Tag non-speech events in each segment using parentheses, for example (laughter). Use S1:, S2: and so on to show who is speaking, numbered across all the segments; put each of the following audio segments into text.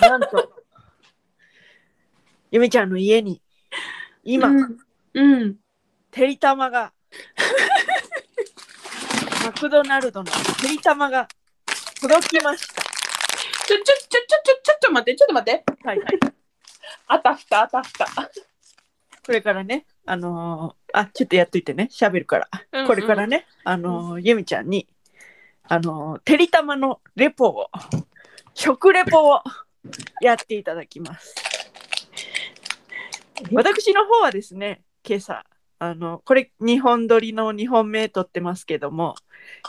S1: なんと、ゆめちゃんの家に、今、
S2: うん、うん、
S1: てりたま
S2: (laughs)
S1: が、マクドナルドのてりたまが届きました。
S2: ちょちょちょちょちょちょっと待ってちょっと待って
S1: はいはい。
S2: あたふたあたふた、
S1: これからね、あのーあ、ちょっとやっといてね、喋るから。
S2: うんうん
S1: これからね、あのーゆみちゃんに、あのーてりたまのレポを、食レポをやっていただきます。私の方はですね、今朝、あの、これ、日本撮りの2本目撮ってますけども、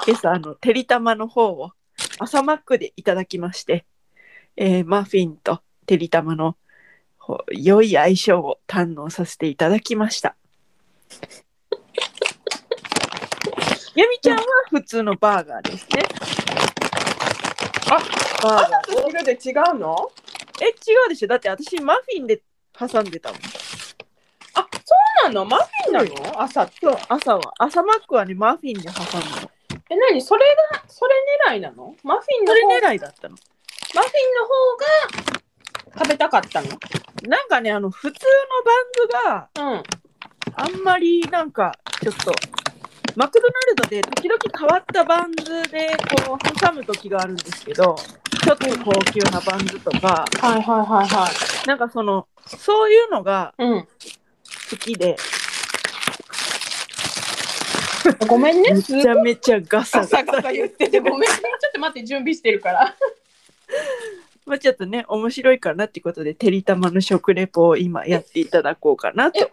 S1: 今朝、あの、てりたまの方を朝マックでいただきまして、えーマフィンとてりたまのほ良い相性を堪能させていただきました。ゆみちゃんは普通のバーガーですね。
S2: あ
S1: バーガー。
S2: と昼で違うの
S1: え、違うでしょだって私マフィンで挟んでたもん。
S2: あそうなのマフィンなの朝って
S1: そう、朝は。朝マックはね、マフィンで挟んだの。
S2: え何それがそれ狙いなのマフィン
S1: そ
S2: の
S1: れ
S2: 方
S1: 狙いだったの。
S2: マフィンの方が食べたかったの
S1: なんかね、あの、普通のバンズが
S2: うん
S1: あんまりなんか、ちょっと、マクドナルドで時々変わったバンズでこう挟む時があるんですけど、ちょっと高級なバンズとか、
S2: はいはいはいはい
S1: なんかその、そういうのが
S2: うん
S1: 好きで、
S2: ごめんね
S1: め
S2: すっ
S1: ちゃめちゃガサ
S2: ガ
S1: ガサ
S2: サガサ言っててごめんねちょっと待って準備してるから
S1: まあ、ちょっとね、面白いかなってことで、てりたまの食レポを今やっていただこうかなと。い
S2: え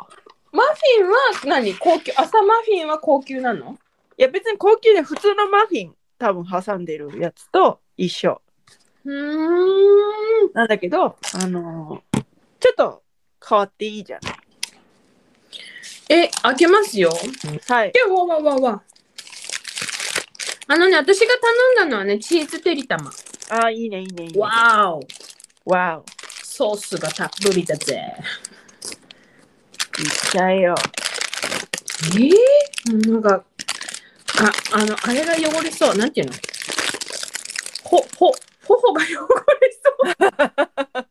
S2: マフィンは何高級朝マフィンは高級なの
S1: や、別に高級で普通のマフィン、多分挟んでるやつと一緒
S2: うーん
S1: なんだけど、あのーちょっと変わっていいじゃん。
S2: え開けますよ
S1: はい。
S2: でわわわわあのね私が頼んだのはねチーズてりたま
S1: ああ、いいね、いいね、いいね。
S2: わーお
S1: わお。
S2: ソースがたっぷりだぜ
S1: いっちゃえよ。
S2: えー、なんか、あ、あの、あれが汚れそう。なんていうのほ、ほ、頬が汚れそう。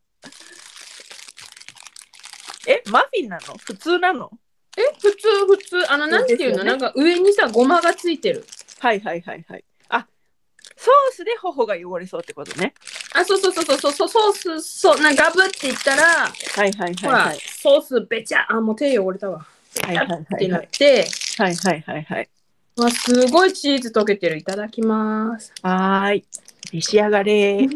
S1: え、マフィンなの普通なの
S2: え、普通、普通。あの、なんていうの、
S1: ですよね
S2: なんか上にさ、ごまがついてる。
S1: はいはいはいはい。あ、ソースで頬が汚れそうってことね。
S2: あ、そうそうそうそうそう、そうソース、そう、なんかガブっていったら、
S1: はいはい
S2: ほ
S1: はい
S2: ら、
S1: はい。
S2: ソースべちゃ、あ、もう手汚れたわ。
S1: はいはいはい
S2: ってな
S1: は
S2: っ
S1: い。
S2: て、
S1: はいはいはいはい。
S2: わ、すごいチーズ溶けてる。いただきます。
S1: はーい。召し上がれ。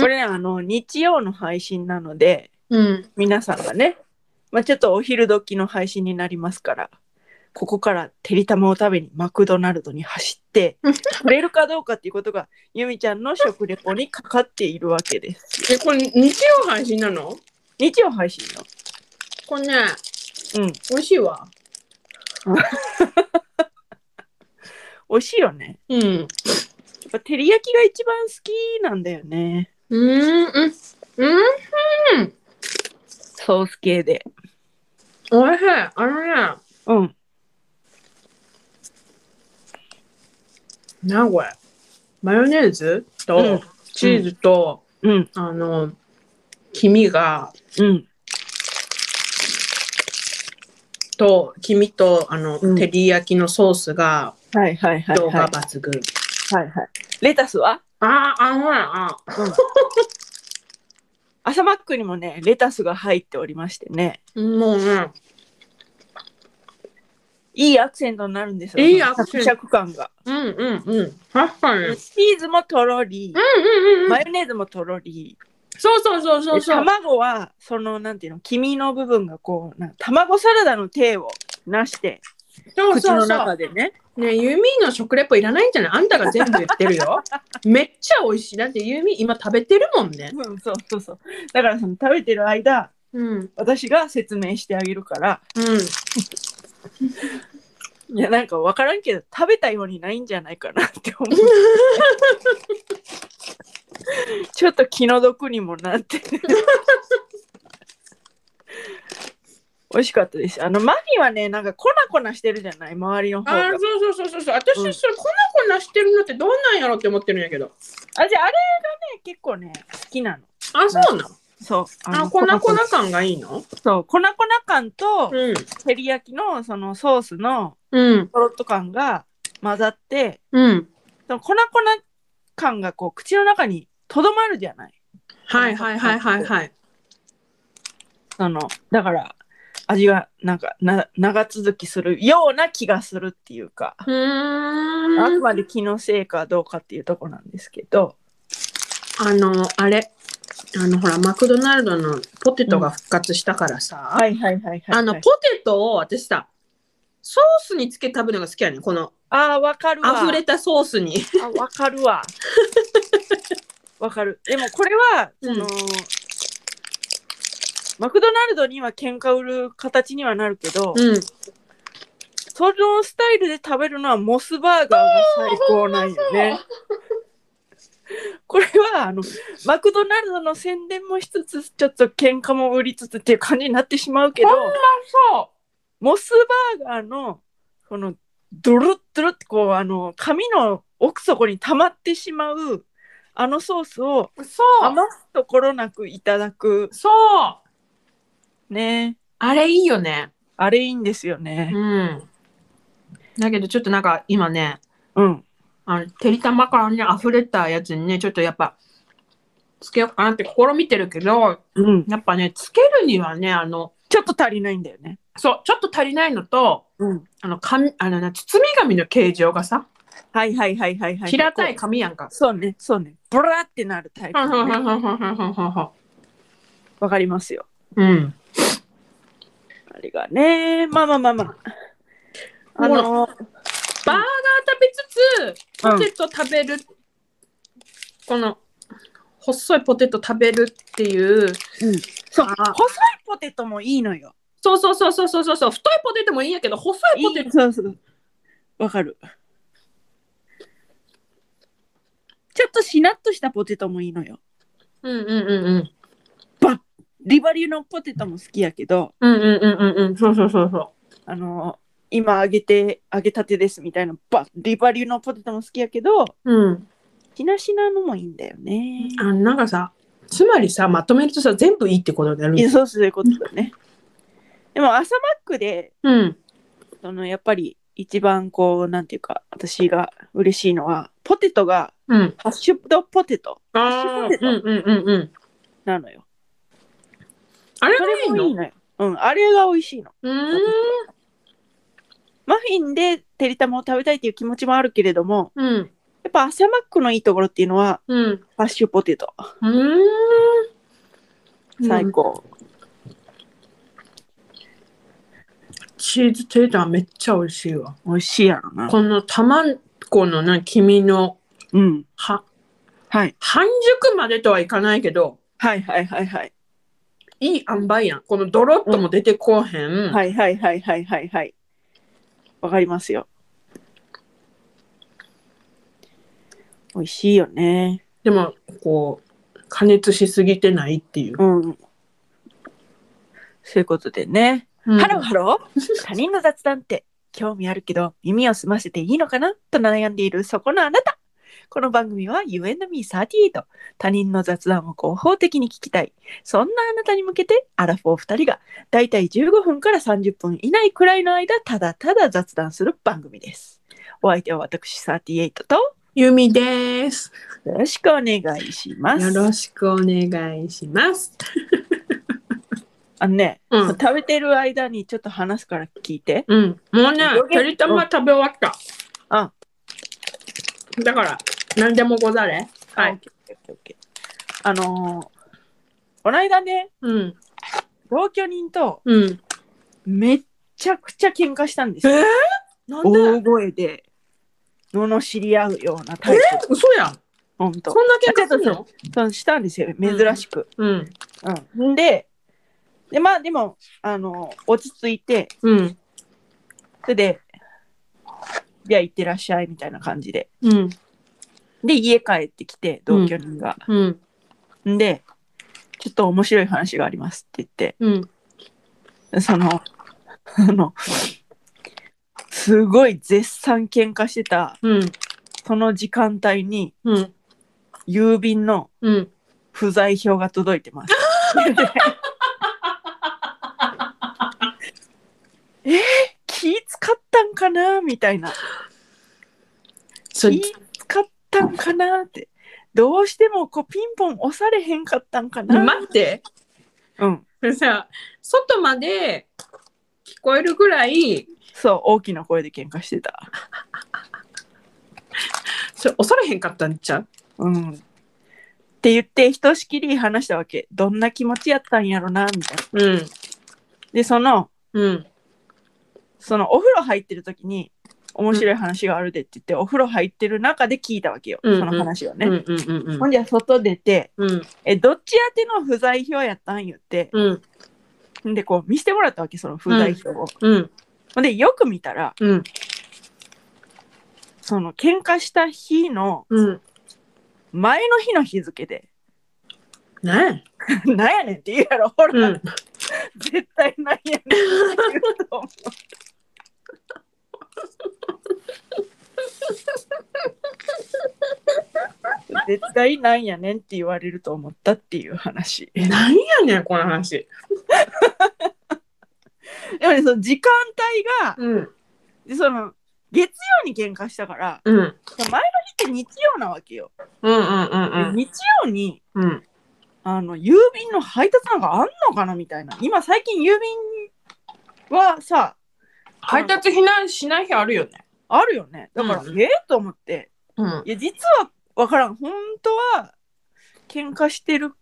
S1: これね、あの、日曜の配信なので、
S2: うん。
S1: 皆さんがね、まあ、ちょっとお昼時の配信になりますから、ここからてりたまを食べにマクドナルドに走
S2: (laughs)
S1: って、取れるかどうかっていうことが、ゆみちゃんの食レポにかかっているわけです。
S2: え、これ、日曜配信なの
S1: 日曜配信よ。
S2: これね、
S1: うん。
S2: 美味しいわ。
S1: 美味しいよね。
S2: うん。
S1: やっぱ照り焼きが一番好きなんだよね。
S2: うーん、うん、うん、
S1: ソース系で。
S2: おいしい。あのね、
S1: うん。
S2: なこれ。マヨネーズと、
S1: うん
S2: チーズと、
S1: うん。
S2: あの、黄身が、
S1: うん。
S2: と、黄身と、あの、
S1: うん
S2: 照り焼きのソースが、
S1: はいはいはい、
S2: 動
S1: は
S2: 画
S1: い。
S2: 抜群。
S1: はいはい。レタスは
S2: あー、あのね、あ、
S1: 朝マックにもね、レタスが入っておりましてね。
S2: もうね、
S1: いいアクセントになるんですよ。
S2: いいアクセント
S1: シャクシャク感が。
S2: うんうんうん。確かに。うん
S1: チーズもとろり、
S2: うんうんう
S1: マ
S2: ん。
S1: ヨネーズもとろり、
S2: そうそうそうそう
S1: で
S2: そう。
S1: 卵は、その、なんていうの、黄身の部分がこう、なんか卵サラダの手をなして、
S2: そう
S1: 口
S2: そう
S1: の
S2: そ
S1: 中でね。
S2: う。ねユミの食レポいらないんじゃないあんたが全部言ってる (laughs) よ。めっちゃ美味しい。だってユミ今食べてるもんね。
S1: うん、そうそうそう。だからその食べてる間、
S2: うん。
S1: 私が説明してあげるから、
S2: うん。
S1: いや、なんか分からんけど、食べたようにないんじゃないかなって
S2: (laughs)
S1: 思う。ちょっと気の毒にもなって。美味しかったです。あの、マミはね、なんか粉粉してるじゃない、周りの方
S2: あー
S1: が。
S2: そうそうそうそうそう私、
S1: うん
S2: それこなこなしてるのってどんなんやろって思ってるんやけど
S1: あ、じゃあ、あれがね、結構ね、好きなの。
S2: あそうなの
S1: そう。
S2: あ
S1: の
S2: 粉粉感がいいの
S1: そう、粉粉感と、
S2: うん
S1: 照り焼きの、そのソースの、
S2: うん
S1: とろっと感が混ざって、
S2: うん
S1: その粉粉感がこう、口の中にとどまるじゃない。
S2: はいはいはいはいはい
S1: その、だから、味が、なんか、な、長続きするような気がするっていうか。
S2: うー
S1: あく
S2: ん
S1: まで気のせいかどうかっていうとこなんですけど、
S2: あのあれあのほらマクドナルドのポテトが復活したからさ、
S1: はいはいはいはい、はい。
S2: あのポテトを私さソースにつけて食べるのが好きやねんこの
S1: あーわかるわ。
S2: 溢れたソースに
S1: あわかるわ。 (laughs) わかる。でもこれは、その、
S2: うん
S1: マクドナルドには喧嘩売る形にはなるけど、
S2: うん
S1: そのスタイルで食べるのはモスバーガーが最高なんよね。 (laughs) これはあのマクドナルドの宣伝もしつつちょっと喧嘩も売りつつっていう感じになってしまうけど
S2: そ
S1: モスバーガーのこのドロッドロってこうあの髪の奥底に溜まってしまうあのソースを
S2: うそ
S1: 余すところなくいただく
S2: そう
S1: ね
S2: あれいいよね
S1: あれいいんですよね
S2: うんだけどちょっとなんか今ね
S1: うん
S2: あのてりたまからね溢れたやつにねちょっとやっぱつけようかなって試みてるけど
S1: うん
S2: やっぱねつけるにはねあの
S1: ちょっと足りないんだよね
S2: そうちょっと足りないのと
S1: うん
S2: あの紙あのな包み紙の形状がさ
S1: はいはいはいはいはい
S2: 平た
S1: こう
S2: い紙やんか。
S1: そうね、そうね。ブラーってなるタイプ、ね。わかりますよ。
S2: うん、
S1: あれがね。まあまあまあまあ。あの、
S2: バーガー食べつつ
S1: うん
S2: ポテト食べる、この細いポテト食べるっていう
S1: そう、
S2: あ
S1: 細いポテトもいいのよ。
S2: そうそうそうそうそうそうそう太いポテトもいいんやけど細いポテト
S1: そうそう。わかる。ちょっとしなっとしたポテトもいいのよ。
S2: うんうんうんうん
S1: リバリューのポテトも好きやけど、
S2: うんうんうんうんうんそうそうそうそ
S1: あの、今揚げて、揚げたてですみたいな、バリバリューのポテトも好きやけど、
S2: う。うん。
S1: しなしなのもいいんだよね。
S2: あのなんかさ、つまりさ、まとめるとさ、全部いいってことになる
S1: いや、。そうそういうことだね。でも朝マックで、
S2: うん。
S1: そのやっぱり一番こう、なんていうか、私が嬉しいのは、ポテトが
S2: うん。
S1: ハッシュドポテト
S2: ああ。
S1: ポテ
S2: うん
S1: ト
S2: うんうんうん。
S1: なのよ。
S2: あれ
S1: そ
S2: がい
S1: れ
S2: い
S1: も
S2: の
S1: いいのよ。うん、あれが美味しいの。
S2: う
S1: マフィンでてりたまを食べたいっていう気持ちもあるけれども、
S2: ーん。うん。
S1: やっぱ朝マックのいいところっていうのは、
S2: うん。
S1: ハッシュポテト。
S2: うーん。
S1: 最。高。
S2: チーズテーターめっちゃ美味しいわ。
S1: 美味しいやろな。
S2: この卵のな、黄身の、
S1: うん。
S2: は、
S1: はい。
S2: 半熟までとはいかないけど、
S1: はいはいはいはい。
S2: いい塩梅やん。このドロッとも出てこうへん。い。
S1: はいはいはいはいはいはい。わかりますよ。美味しいよね。
S2: でも、こう、加熱しすぎてないっていう。
S1: うん。そういうことでね。
S2: うん
S1: ハローハロー。他人の雑談って興味あるけど耳を澄ませていいのかなと悩んでいるそこのあなた。この番組は You and me38。他人の雑談を合法的に聞きたい。そんなあなたに向けてアラフォー2人がだいたい15分から30分以内くらいの間ただただ雑談する番組です。お相手は私38とよ
S2: ゆみです。
S1: ろしくお願いします。
S2: よろしくお願いします。
S1: あのね、
S2: うん
S1: 食べてる間にちょっと話すから聞いて。
S2: うん。もうね
S1: よ、け
S2: てりたま食べ終わった。
S1: あ
S2: だから、何でもござれ。は
S1: あオッ
S2: い。
S1: ケーオッケーオッケーあのーこの間ね、
S2: うん。
S1: 同居人と
S2: うん。
S1: めっちゃくちゃ喧嘩したんです
S2: え
S1: よ。
S2: な
S1: 大声で、罵り合うようなタイ
S2: え
S1: プ。
S2: 嘘やん。
S1: ほんと
S2: そ。んな喧嘩すんの
S1: そうしたんですよ、珍しく。
S2: うん。
S1: うん。で、で、まあでも、あのー落ち着いて、
S2: うん。
S1: それで、じゃあ行ってらっしゃいみたいな感じで。
S2: うん。
S1: で、家帰ってきて、同居人が。
S2: うん。
S1: んで、ちょっと面白い話がありますって言って、
S2: うん。
S1: その、あの、すごい絶賛喧嘩してた、
S2: うん。
S1: その時間帯に、
S2: うん。
S1: 郵便の
S2: うん。
S1: 不在票が届いてます。 (laughs) えー、気使ったんかなみたいな。
S2: そ
S1: 気使ったんかなって。どうしてもこうピンポン押されへんかったんかな、
S2: 待って。
S1: うん。
S2: (laughs) さ、外まで聞こえるぐらい、
S1: そう、大きな声で喧嘩してた。
S2: それ恐れへんかったんちゃう
S1: うん。って言って、ひとしきり話したわけ。どんな気持ちやったんやろなみたいな。
S2: うん。
S1: で、その、
S2: うん。
S1: そのお風呂入ってる時に、面白い話があるでって言って、お風呂入ってる中で聞いたわけよ。
S2: うんうん
S1: その話をね。
S2: うんうんうん
S1: ほんじゃ、外出て、
S2: うん。うん。
S1: え、どっち宛ての不在票やったん言って、
S2: うん。
S1: んで、こう見せてもらったわけ、その不在票を。
S2: うん。
S1: ほんで、よく見たら、
S2: うん。
S1: その喧嘩した日の
S2: うん。
S1: 前の日の日付で、 (laughs)
S2: ね
S1: なんやねんって言うやろ、ほ
S2: え。
S1: ら、
S2: うん。
S1: 絶対なんやねんって言うと思う。絶対なんやねんって言われると思ったっていう話。で
S2: 何やねん、この話。
S1: もね、その時間帯が、
S2: うん。
S1: でその月曜に喧嘩したから、
S2: うん。
S1: その前の日って日曜なわけよ。
S2: うんうんうんうん。
S1: で日曜に
S2: うん。
S1: あの郵便の配達なんかあんのかなみたいな。今最近郵便はさ、
S2: 配達避難しない日あるよね。
S1: あるよね。だから、
S2: う
S1: ええと思って。
S2: うん。
S1: いや、実はわからん。本当は喧嘩してる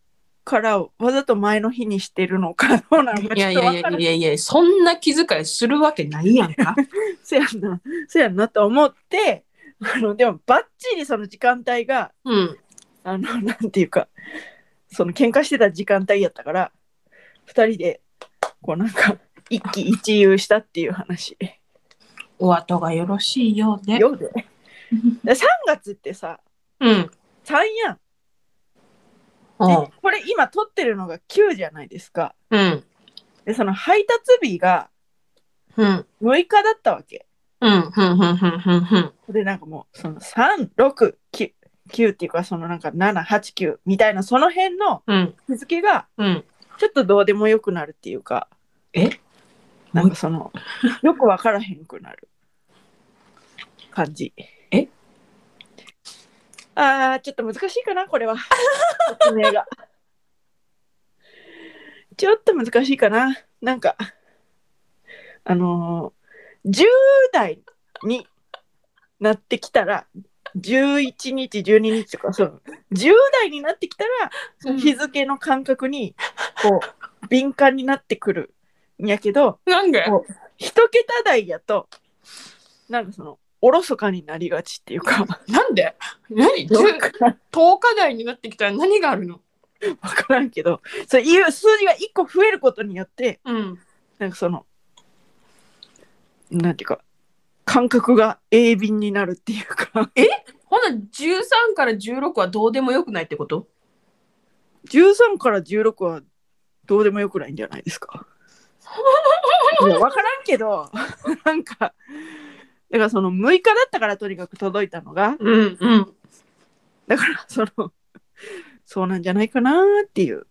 S1: から、わざと前の日にしてるのかどうなのか
S2: い
S1: ちょ
S2: や
S1: っ
S2: い
S1: と
S2: や
S1: わ
S2: い
S1: から
S2: や
S1: ん
S2: い。やいや、そんな気遣いするわけないやんか。
S1: せやな、せやなと思って、あの、でもバッチリその時間帯が、
S2: うん。
S1: あの、なんていうか、その喧嘩してた時間帯やったから、二人で、こうなんか、一喜一憂したっていう話。
S2: お後がよろしいようで。
S1: よで。3月ってさ、
S2: うん。
S1: 3やん。
S2: う
S1: で
S2: ん。
S1: これ今撮ってるのが9じゃないですか。
S2: うん。
S1: で、その配達日が
S2: うん。
S1: 6日だったわけ。
S2: うん。うん。うん。うん。うん。
S1: で、なんかもう、その3、6、9、9っていうか、そのなんか7、8、9みたいな、その辺の
S2: うん。
S1: 日付が、
S2: うん。
S1: ちょっとどうでもよくなるっていうか、
S2: え
S1: なんかその、よくわからへんくなる感じ。
S2: え
S1: あー、ちょっと難しいかな、これは。説明が。 (laughs) ちょっと難しいかな。なんか、あのー、10代になってきたら、11日、12日とか、その、10代になってきたら、その日付の感覚に、こう、敏感になってくるんやけど、
S2: なんで
S1: こう一桁台やと、なんかその、おろそかになりがちっていうか、
S2: なんで何十
S1: どう
S2: 10日台になってきたら何があるの
S1: わからんけど、そういう数字が一個増えることによって、
S2: うん。
S1: なんかその、なんていうか、感覚が鋭敏になるっていうか、
S2: ほな、13から16はどうでもよくないってこと
S1: 13から16はどうでもよくないんじゃないですか。いや分からんけどなんかだからその6日だったからとにかく届いたのが
S2: うん。うん。
S1: だからそのそうなんじゃないかなーって
S2: (laughs)
S1: いう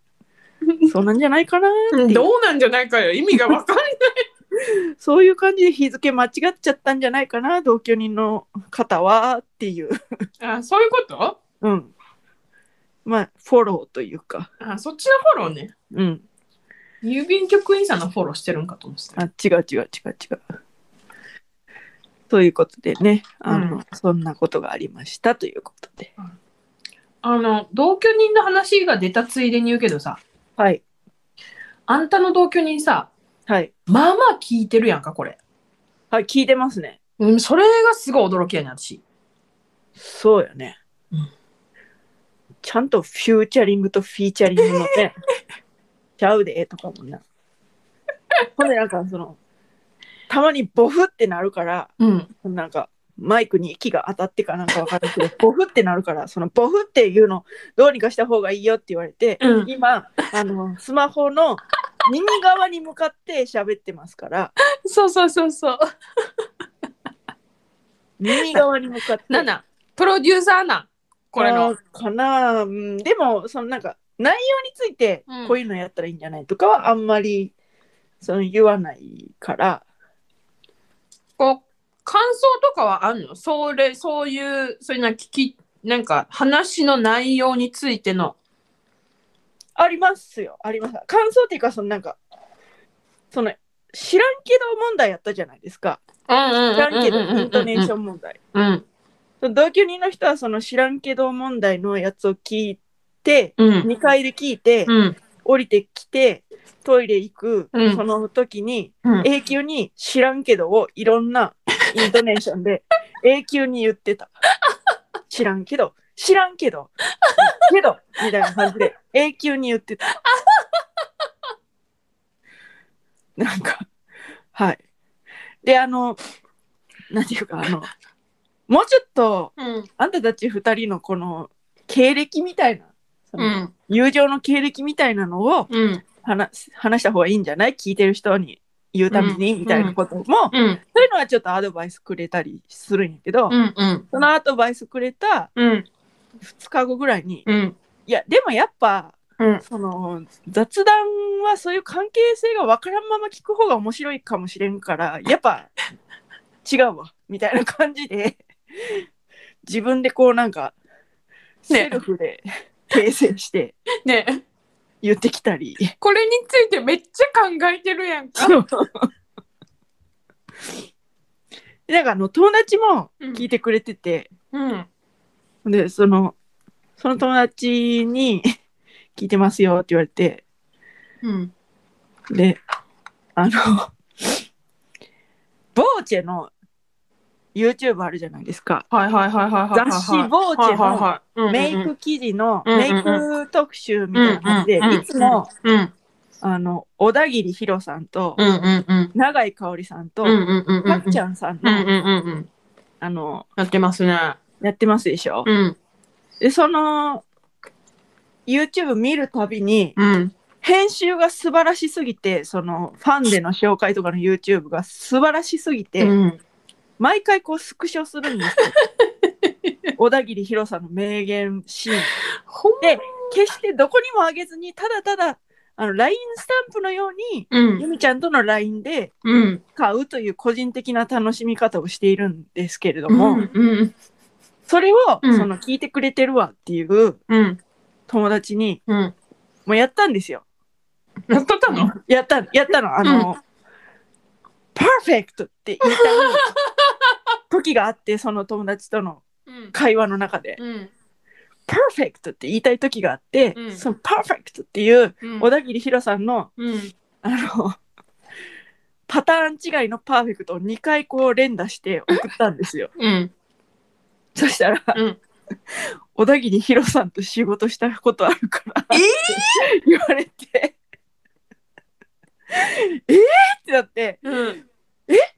S1: そうなんじゃないかなーっていう
S2: どうなんじゃないかよ。意味がわかんない。
S1: そういう感じで日付間違っちゃったんじゃないかな同居人の方はっていう、
S2: (laughs) あ、そういうこと
S1: うん、まあフォローというか、
S2: あ、そっちのフォローね。
S1: うん、
S2: 郵便局員さんのフォローしてるんかと思ってた。
S1: あ違う違う違う違う。ということでねあの、
S2: うん
S1: そんなことがありましたということで。
S2: あの、同居人の話が出たついでに言うけどさ、
S1: はい
S2: あんたの同居人さ、
S1: はい
S2: まあまあ聞いてるやんか、これ。
S1: はい聞いてますね。
S2: うん、それがすごい驚きやねん、私。
S1: そうよね。
S2: うん
S1: ちゃんとフューチャリングとフィーチャリングのね、ちゃうでとかもな。ほんでなんかその、たまにボフってなるから、
S2: うん。
S1: なんかマイクに息が当たってかなんかわからんけど、ボフってなるから、そのボフっていうのどうにかした方がいいよって言われて、
S2: うん
S1: 今、あの、スマホの耳側に向かって喋ってますから、
S2: そうそうそうそう。
S1: 耳側に向かって。
S2: なんなんプロデューサーなんこれの。
S1: かな、うん、でもそのなんか内容について
S2: うん
S1: こういうのやったらいいんじゃないとかはあんまりその言わないから
S2: こう感想とかはあんのそれそういうそういうの聞きなんか話の内容についての
S1: ありますよあります感想っていうかそのなんかその知らんけど問題やったじゃないですか
S2: うんうん
S1: 知らんけどイントネーシ
S2: う
S1: ョン問題
S2: ん
S1: その同居人の人はその知らんけど問題のやつを聞いて
S2: うん
S1: 2階で聞いて
S2: うん
S1: 降りてきてトイレ行く、
S2: うん
S1: その時に
S2: うん
S1: 永久に知らんけどをいろんなイントネーション
S2: (laughs)
S1: で永久に言ってた。知らんけど、知らんけど、けど、みたいな感じで永久に言ってた。なんか、はい。で、あの、なんていうか、あの、もうちょっと、
S2: うん
S1: あんたたち二人のこの経歴みたいな、その
S2: うん
S1: 友情の経歴みたいなのを
S2: うん
S1: 話話した方がいいんじゃない聞いてる人に言うために、
S2: うん
S1: みたいなことも、
S2: うん
S1: そういうのはちょっとアドバイスくれたりするんやけど、
S2: うんうん
S1: そのアドバイスくれた
S2: うん
S1: 2日後ぐらいに、
S2: うん
S1: いやでもやっぱ
S2: うん
S1: その雑談はそういう関係性がわからんまま聞く方が面白いかもしれんからやっぱ違うわみたいな感じで自分でこうなんかセ
S2: ね
S1: ルフで訂正して
S2: ね
S1: 言ってきたり。
S2: これについてめっちゃ考えてるやんか。
S1: (laughs) なんかあの友達も
S2: うん
S1: 聞いてくれてて、
S2: うん
S1: でそのその友達に (laughs) 聞いてますよって言われて
S2: うん
S1: であの (laughs) ボーチェの YouTube あるじゃないですか
S2: はいはいはいはいはいはいはい。
S1: 雑誌ボーチェの
S2: ェ
S1: メイク記事の
S2: うんうん
S1: メイク特集みたいな感じで
S2: うんうんうん
S1: いつも
S2: うん
S1: あの小田切ヒロさんと
S2: うんうんうん
S1: 永井香織さんと
S2: うんうんうんうん
S1: たっちゃんさん
S2: うん
S1: の
S2: うんうんうん
S1: あの
S2: やってますね。
S1: やってますでしょ、
S2: うん
S1: でその YouTube 見るたびに
S2: うん
S1: 編集が素晴らしすぎてそのファンでの紹介とかの YouTube が素晴らしすぎて、
S2: うん
S1: 毎回こうスクショするんです
S2: (laughs)
S1: よ小田切ヒさんの名言シーン
S2: ほん
S1: で決してどこにもあげずにただただあの LINE スタンプのように
S2: う
S1: ゆ
S2: ん
S1: みちゃんとの LINE で
S2: うん
S1: 買うという個人的な楽しみ方をしているんですけれど
S2: う
S1: も、
S2: んうん
S1: それを、
S2: うん
S1: その聞いてくれてるわっていう
S2: うん
S1: 友達に
S2: うん
S1: もうやったんですよ。
S2: やっとったの
S1: やったやったのあの、パーフェクトって言いたい時があってその友達との
S2: うん
S1: 会話の中で
S2: うん
S1: パーフェクトって言いたい時があって、
S2: うん
S1: そのパーフェクトっていう
S2: うん
S1: 小田切ヒロさんの
S2: うん
S1: あのパターン違いのパーフェクトを2回こう連打して送ったんです
S2: (laughs)
S1: よ。
S2: うん
S1: そしたら、
S2: うん
S1: 小田切ヒロさんと仕事したことあるから、
S2: えー
S1: って (laughs) 言われてえーってなって。
S2: うん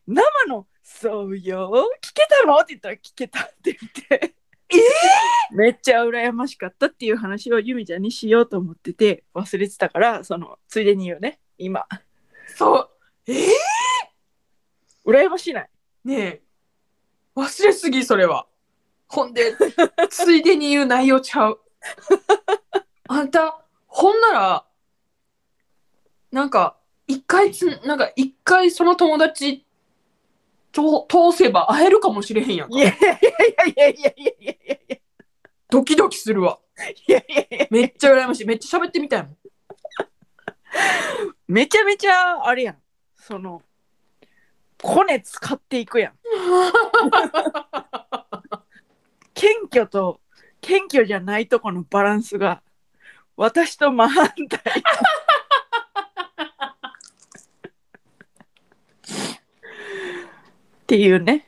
S1: 生の「そうよ聞けたの?」って言ったら「聞けた」って言って
S2: え
S1: めっちゃ羨ましかったっていう話をゆみちゃんにしようと思ってて忘れてたからそのついでに言うね今
S2: そうえー
S1: 羨ましない
S2: ねえ忘れすぎそれはほんでついでに言う内容ちゃうあんたほんならなんか一回つなんか一回その友達と通せば会えるかもしれへんやんか
S1: いやいやいやいやいやいやいや
S2: ドキドキするわ
S1: いやいやいや
S2: めっちゃ羨ましいめっちゃ喋ってみたいもん
S1: めちゃめちゃあれやんそのコネ使っていく
S2: (laughs)
S1: やん謙虚と謙虚じゃないとこのバランスが私と真反対っていうね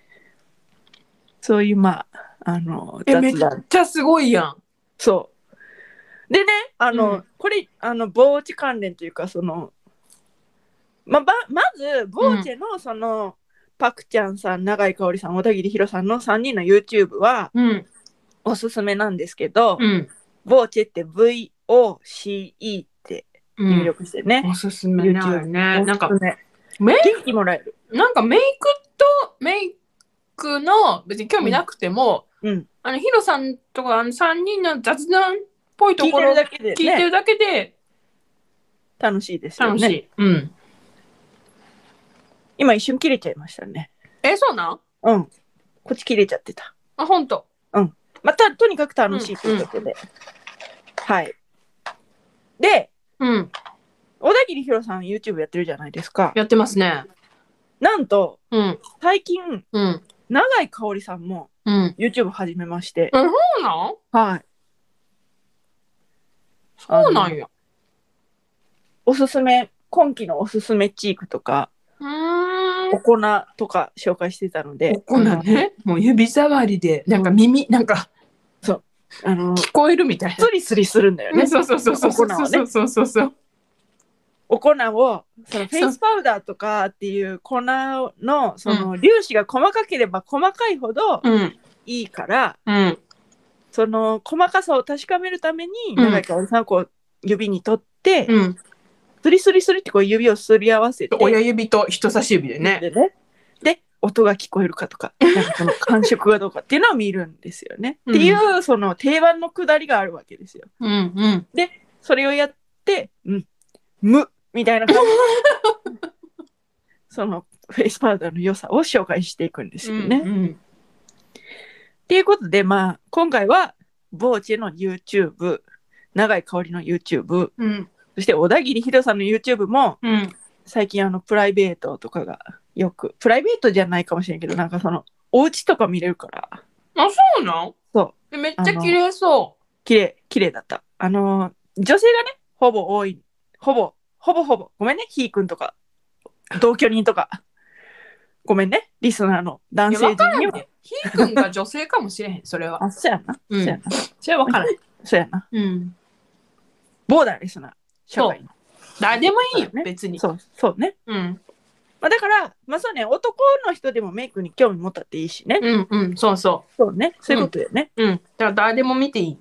S1: そういうまああの
S2: えめっ
S1: 雑談
S2: ちゃすごいやん
S1: そうでねあの、
S2: うん
S1: これあの防治関連というかそのまばまずボーチェのその、パクちゃんさん永井香織さん小田切ヒさんの3人の YouTube は
S2: うん
S1: おすすめなんですけど、
S2: うん
S1: ボーチェって VOCE って入力してね。
S2: おすすめなんよね。なんか
S1: お、すすめ
S2: メイ
S1: 元気もらえる。
S2: なんかメイクとメイクの別に興味なくても、
S1: うん。
S2: あのヒロさんとかあの3人の雑談っぽいと
S1: 聞い
S2: こ
S1: て
S2: ろ
S1: る
S2: 聞
S1: だけで
S2: いて
S1: ね、
S2: るだけで
S1: 楽しいですよ
S2: 楽しい。
S1: ね。
S2: うん。
S1: 今一瞬切れちゃいましたね。
S2: え、そうなん
S1: うん。こっち切れちゃってた。
S2: あ、ほんと。
S1: また、とにかく楽しいということで。はい。で、
S2: うん。
S1: 小田切ヒロさん YouTube やってるじゃないですか。
S2: やってますね。
S1: なんと、
S2: うん。
S1: 最近、
S2: うん。
S1: 永井香織さんも
S2: うん。
S1: YouTube 始めまして。
S2: そうなん
S1: はい。
S2: そうなんや。
S1: おすすめ、今期のおすすめチークとか、
S2: うーん
S1: お。粉とか紹介してたので、
S2: ここなね。もう指触りで、なんか耳、なんか
S1: あの、
S2: 聞こえるみたい
S1: スリスリするんだよ
S2: な。ね、
S1: ね。
S2: そうそうそうそうそ
S1: お粉
S2: う
S1: はね
S2: そうそうそうそう。
S1: お粉を、そのフェイスパウダーとかっていう粉の、その粒子が細かければ細かいほど
S2: うん。
S1: いいから、
S2: うん。
S1: その細かさを確かめるために、
S2: うん
S1: 長井かおりさんはこう指に取って、
S2: うん。
S1: スリスリスリってこう指をすり合わせて、
S2: 親指と人差し指でね。
S1: でね。で、音が聞こえるかと
S2: (laughs)
S1: か、なんかその感触がどうかっていうのを見るんですよね。
S2: うん
S1: っていう、その定番のくだりがあるわけですよ。
S2: うんうん。
S1: それをやって、うん、無みたいな感じ (laughs) でそのフェイスパウダーの良さを紹介していくんですよね。っ
S2: うん
S1: ていうことで、まあ、今回は、ボーチェの YouTube、永井香織の YouTube、
S2: うん
S1: そして小田切ヒロさんの YouTube も、
S2: うん
S1: 最近あのプライベートとかがよくプライベートじゃないかもしれんけどなんかそのお家とか見れるから
S2: あ、そうなん。
S1: そう
S2: めっちゃ綺麗そ
S1: 綺麗綺麗だったあのー女性がねほぼ多いほぼほぼほぼごめんねひーくんとか同居人とかごめんねリスナーの
S2: う。
S1: 男
S2: いや、
S1: 性
S2: わから
S1: 陣
S2: ん
S1: に
S2: ね
S1: は、
S2: ひーくんが女性かもしれへん、それは。
S1: あそうやな、
S2: う
S1: そうや
S2: ん。
S1: な
S2: それはわからん。
S1: そうやな
S2: うん。
S1: ボーダーレスな社会
S2: 誰でもいいよ
S1: そうだ、ね
S2: 別に。
S1: そうそうね、
S2: うん。
S1: まあ、だからまあそうね男の人でもメイクに興味持ったっていいしね、
S2: うんうん、そうそ
S1: そうねそういうことだよね、
S2: う。うん。だから誰でも見ていい。うん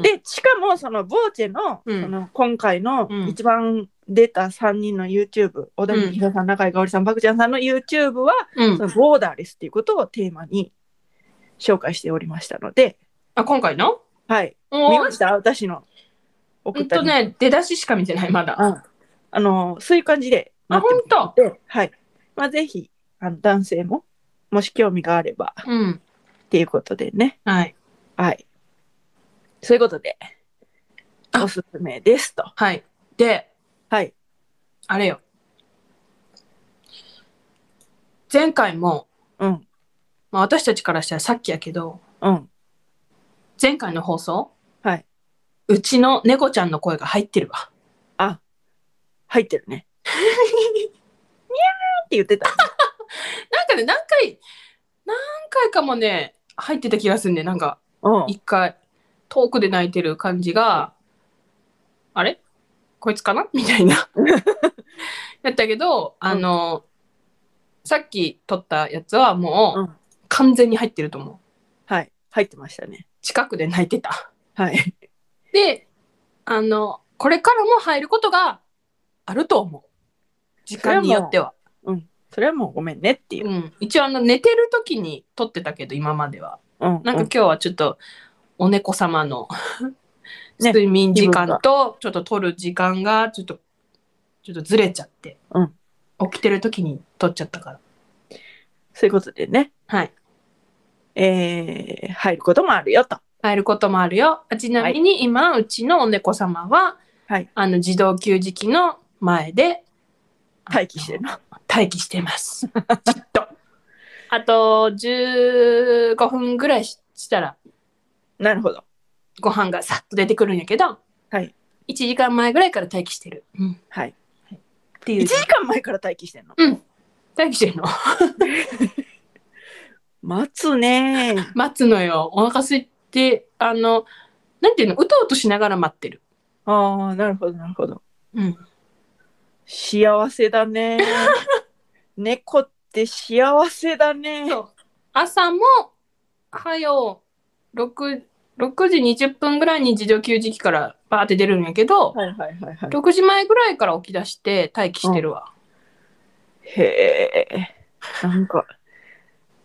S1: でしかもそのボーチェの,、
S2: うん
S1: その今回の
S2: うん
S1: 一番出た3人の YouTube 小田切ヒロさん中井香織さんばくちゃんさんの YouTube は、
S2: う
S1: (laughs) そ
S2: ん。
S1: のボーダーレスっていうことをテーマに紹介しておりましたので、
S2: あ、今回の
S1: はい、
S2: お
S1: 見ま
S2: ー
S1: した私の送
S2: ほ
S1: っ
S2: ん
S1: た
S2: と
S1: り、
S2: ね、出だししか見てない、まだ。
S1: ああのそういう感じでな
S2: あ、
S1: っ
S2: ほ
S1: て
S2: んと。
S1: ますので、はいまあ、ぜひあの男性ももし興味があれば
S2: うん。
S1: っていうことでね
S2: はい。
S1: はいそういうことで
S2: あ
S1: おすすめですと
S2: はい。で、
S1: はい
S2: あれよ。前回も、
S1: うん
S2: まあ、私たちからしたらさっきやけど、
S1: うん
S2: 前回の放送、
S1: はいう
S2: ちの猫ちゃんの声が入ってるわ。
S1: あ、入ってる
S2: (laughs)
S1: ね。にゃーって言ってた。
S2: なんかね、何回、何回かもね、入ってた気がするね。なんか、
S1: うん。
S2: 一回、遠くで泣いてる感じが、あれこいつかなみたいな。 (laughs) やったけど、あの、さっき撮ったやつはもう、
S1: うん
S2: 完全に入ってると思う。
S1: はい。入ってましたね。
S2: 近くで泣いてた。
S1: はい。
S2: で、あの、これからも入ることがあると思う。時間によっては。
S1: うん。それはもうごめんねっていうう。
S2: ん。一応、あの、寝てる時に撮ってたけど、今までは。
S1: うん。
S2: な
S1: う
S2: んか今日はちょっと、お猫様の
S1: ね
S2: 睡眠時間
S1: 気
S2: と、ちょっと撮る時間が、ちょっと、ちょっとずれちゃって。
S1: うん
S2: 起きてる時に撮っちゃったから。
S1: そういうことでね。
S2: はい。
S1: えー、入ることもあるよと。
S2: 入ることもあるよ。あちなみに今、うちのお猫様は、
S1: はい
S2: あの、自動給餌器の前で、
S1: 待機してるの。
S2: 待機してます。じっと。あと15分ぐらいししたら
S1: なるほど。
S2: ご飯がさっと出てくるんやけど、
S1: はい
S2: 1時間前ぐらいから待機してる。うん、
S1: はい。
S2: ってい
S1: 1
S2: う。
S1: 時間前から待機してるの。
S2: 待機してるの
S1: 待つ
S2: (laughs)
S1: ねー。
S2: 待つのよ。お腹空いて、あの、なんていうの、うとうとしながら待ってる。
S1: ああ、なるほど、なるほど。
S2: うん、
S1: 幸せだ
S2: (laughs)
S1: ねー。猫って幸せだね
S2: そ
S1: ー。
S2: う朝も、はよう、6、6時20分ぐらいに自動給餌器からバーって出るんやけど、
S1: はいはいはいはい。
S2: 6時前ぐらいから起き出して待機してるわ。
S1: へえ。なんか、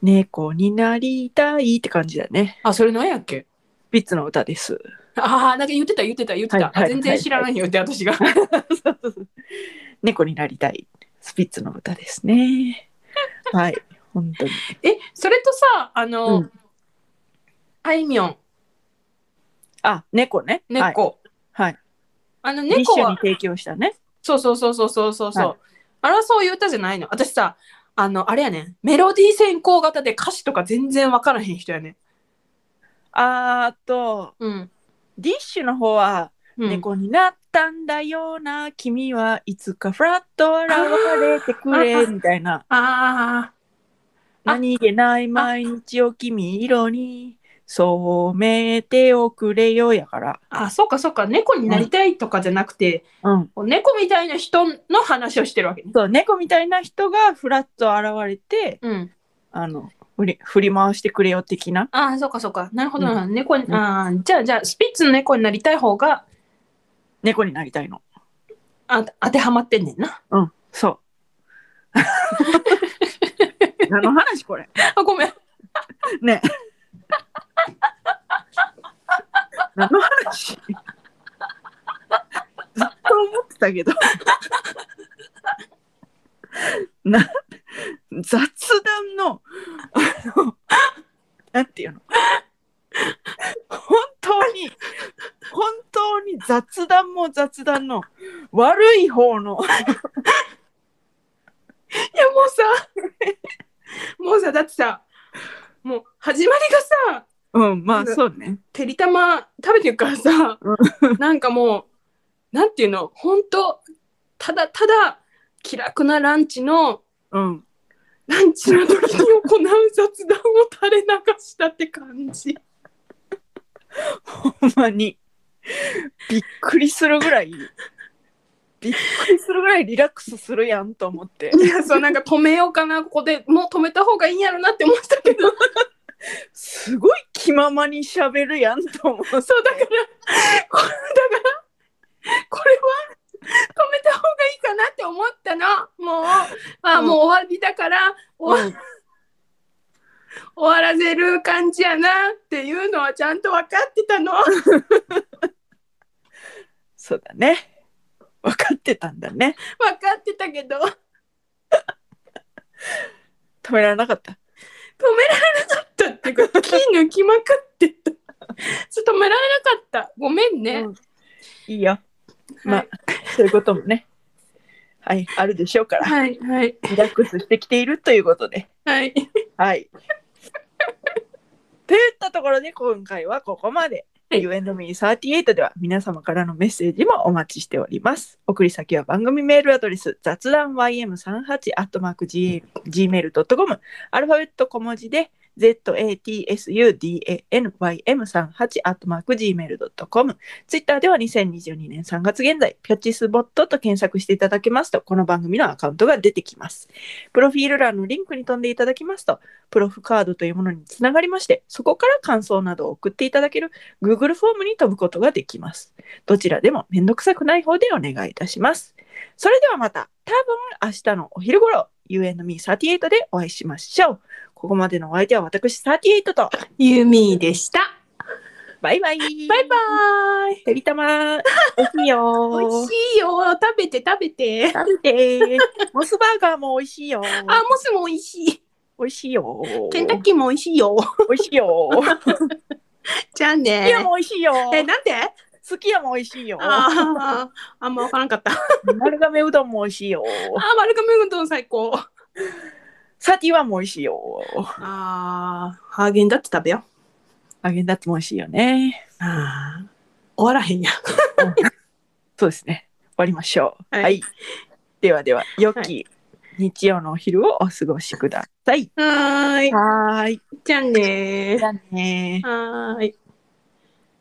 S1: 猫になりたいって感じだね。
S2: あ、それ何やっけ
S1: ビッツの歌です。
S2: ああ、なんか言ってた言ってた言ってた。
S1: はいはいはい
S2: あ全然知らないよって私が。
S1: 猫になりたい。スピッツの歌です
S2: (laughs)
S1: ね。はい。本当に。
S2: (laughs) え、それとさ、あの、
S1: うん
S2: あいみょん、
S1: あ、猫ね。はい。
S2: 猫。
S1: はい。
S2: あの
S1: 一
S2: 猫
S1: 緒に
S2: は、
S1: 提供したね。
S2: そうそうそうそうそうそう。
S1: は
S2: うあれはそういう歌じゃないの。私さ、あの、あれやねん、メロディー先行型で歌詞とか全然わからへん人やねん。
S1: あーと、
S2: うん。
S1: ディッシュの方は、
S2: うん、
S1: 猫になったんだよな、君はいつかフラッと現れてく
S2: あ
S1: れ、
S2: ー
S1: みたいな。
S2: ああ、あ
S1: 何気ない毎日を君色に染めておくれよやから。
S2: あ、そうかそうか、猫になりたいとかじゃなくて、
S1: うん。
S2: 猫みたいな人の話をしてるわけね。
S1: そう、猫みたいな人がフラッと現れて、
S2: うん。
S1: あの、振り振り回してくれよ的な。
S2: ああ、そうかそうか。なるほど
S1: う
S2: な。猫に、
S1: うん
S2: ああ、じゃあじゃあ、スピッツの猫になりたい方が
S1: 猫になりたいの。
S2: あ当てはまってんねんな。
S1: うん、そう。何の話これ。
S2: あ、ごめん。
S1: ねえ。何の話ずっと思ってたけど。な雑談のあのなんていうの本当に本当に雑談も雑談の悪い方の
S2: いやもうさ (laughs) もうさだってさもう始まりがさ
S1: うんま
S2: う
S1: あ
S2: ん
S1: そうね
S2: てりたま食べてるからさなんかもうなんていうのほんとただただ気楽なランチの
S1: うん
S2: ランチの時に行う雑談を垂れ流したって感じ
S1: ほんまにびっくりするぐらいびっくりするぐらいリラックスするやんと思って
S2: いやそうなんか止めようかなここでもう止めた方がいいんやろなって思ったけど
S1: すごい気ままにしゃべるやんと思う
S2: そうだからこだからこれは止めた方がいいかなって思ったのもうあ、
S1: うん
S2: もう終わりだから終わ
S1: うん
S2: 終わらせる感じやなっていうのはちゃんと分かってたの
S1: そうだね分かってたんだね
S2: 分かってたけど止
S1: 止め
S2: められ
S1: られなかった
S2: なかったっていうか気抜きまくってたちょっと止められなかったごめんね、
S1: うんいいよま
S2: は
S1: あ
S2: い
S1: そういうこともねはいあるでしょうから
S2: はいはい
S1: リラックスしてきているということで
S2: はい
S1: はい。といったところで今回はここまで。
S2: はい
S1: You and me38 では皆様からのメッセージもお待ちしております。送り先は番組メールアドレス雑談 ym38-gmail.com アルファベット小文字で zatsudanym38-gmail.com ツイッターでは2022年3月現在、ピョチスボットと検索していただけますと、この番組のアカウントが出てきます。プロフィール欄のリンクに飛んでいただきますと、プロフカードというものにつながりまして、そこから感想などを送っていただける Google フォームに飛ぶことができます。どちらでもめんどくさくない方でお願いいたします。それではまた、多分明日のお昼頃、You and me38 でお会いしましょう。ここまでのお相手は私38と、
S2: ユミでした
S1: バイバイ。
S2: バイバーイ
S1: てりた
S2: (laughs)
S1: ま、おいしいよ。
S2: 美味しいよ食べて食べて
S1: 食べて。モスバーガーも美味しいよ。
S2: あモスも美味しい
S1: 美味しいよ。
S2: ケンタッキーも美味しいよ (laughs)
S1: 美味しいよ。
S2: じゃあ
S1: すき家
S2: ね
S1: も美味しいよ。
S2: えなんです
S1: き家も美味しいよ。
S2: あー (laughs) あんま分からんかった
S1: 丸亀うどんも美味しいよ。
S2: あ、丸亀うどん最高。
S1: サティワンも美味しいよ。
S2: あー、ハーゲンダッツ食べよ
S1: 揚げダッツも美味しいよね。
S2: う。あー終わらへんや。
S1: そうですね。終わりましょう。
S2: は
S1: はいい。ではでは、良き日曜のお昼をお過ごしください。
S2: はーい。
S1: はーい。
S2: じゃあね
S1: じゃあねー
S2: ー。はーい。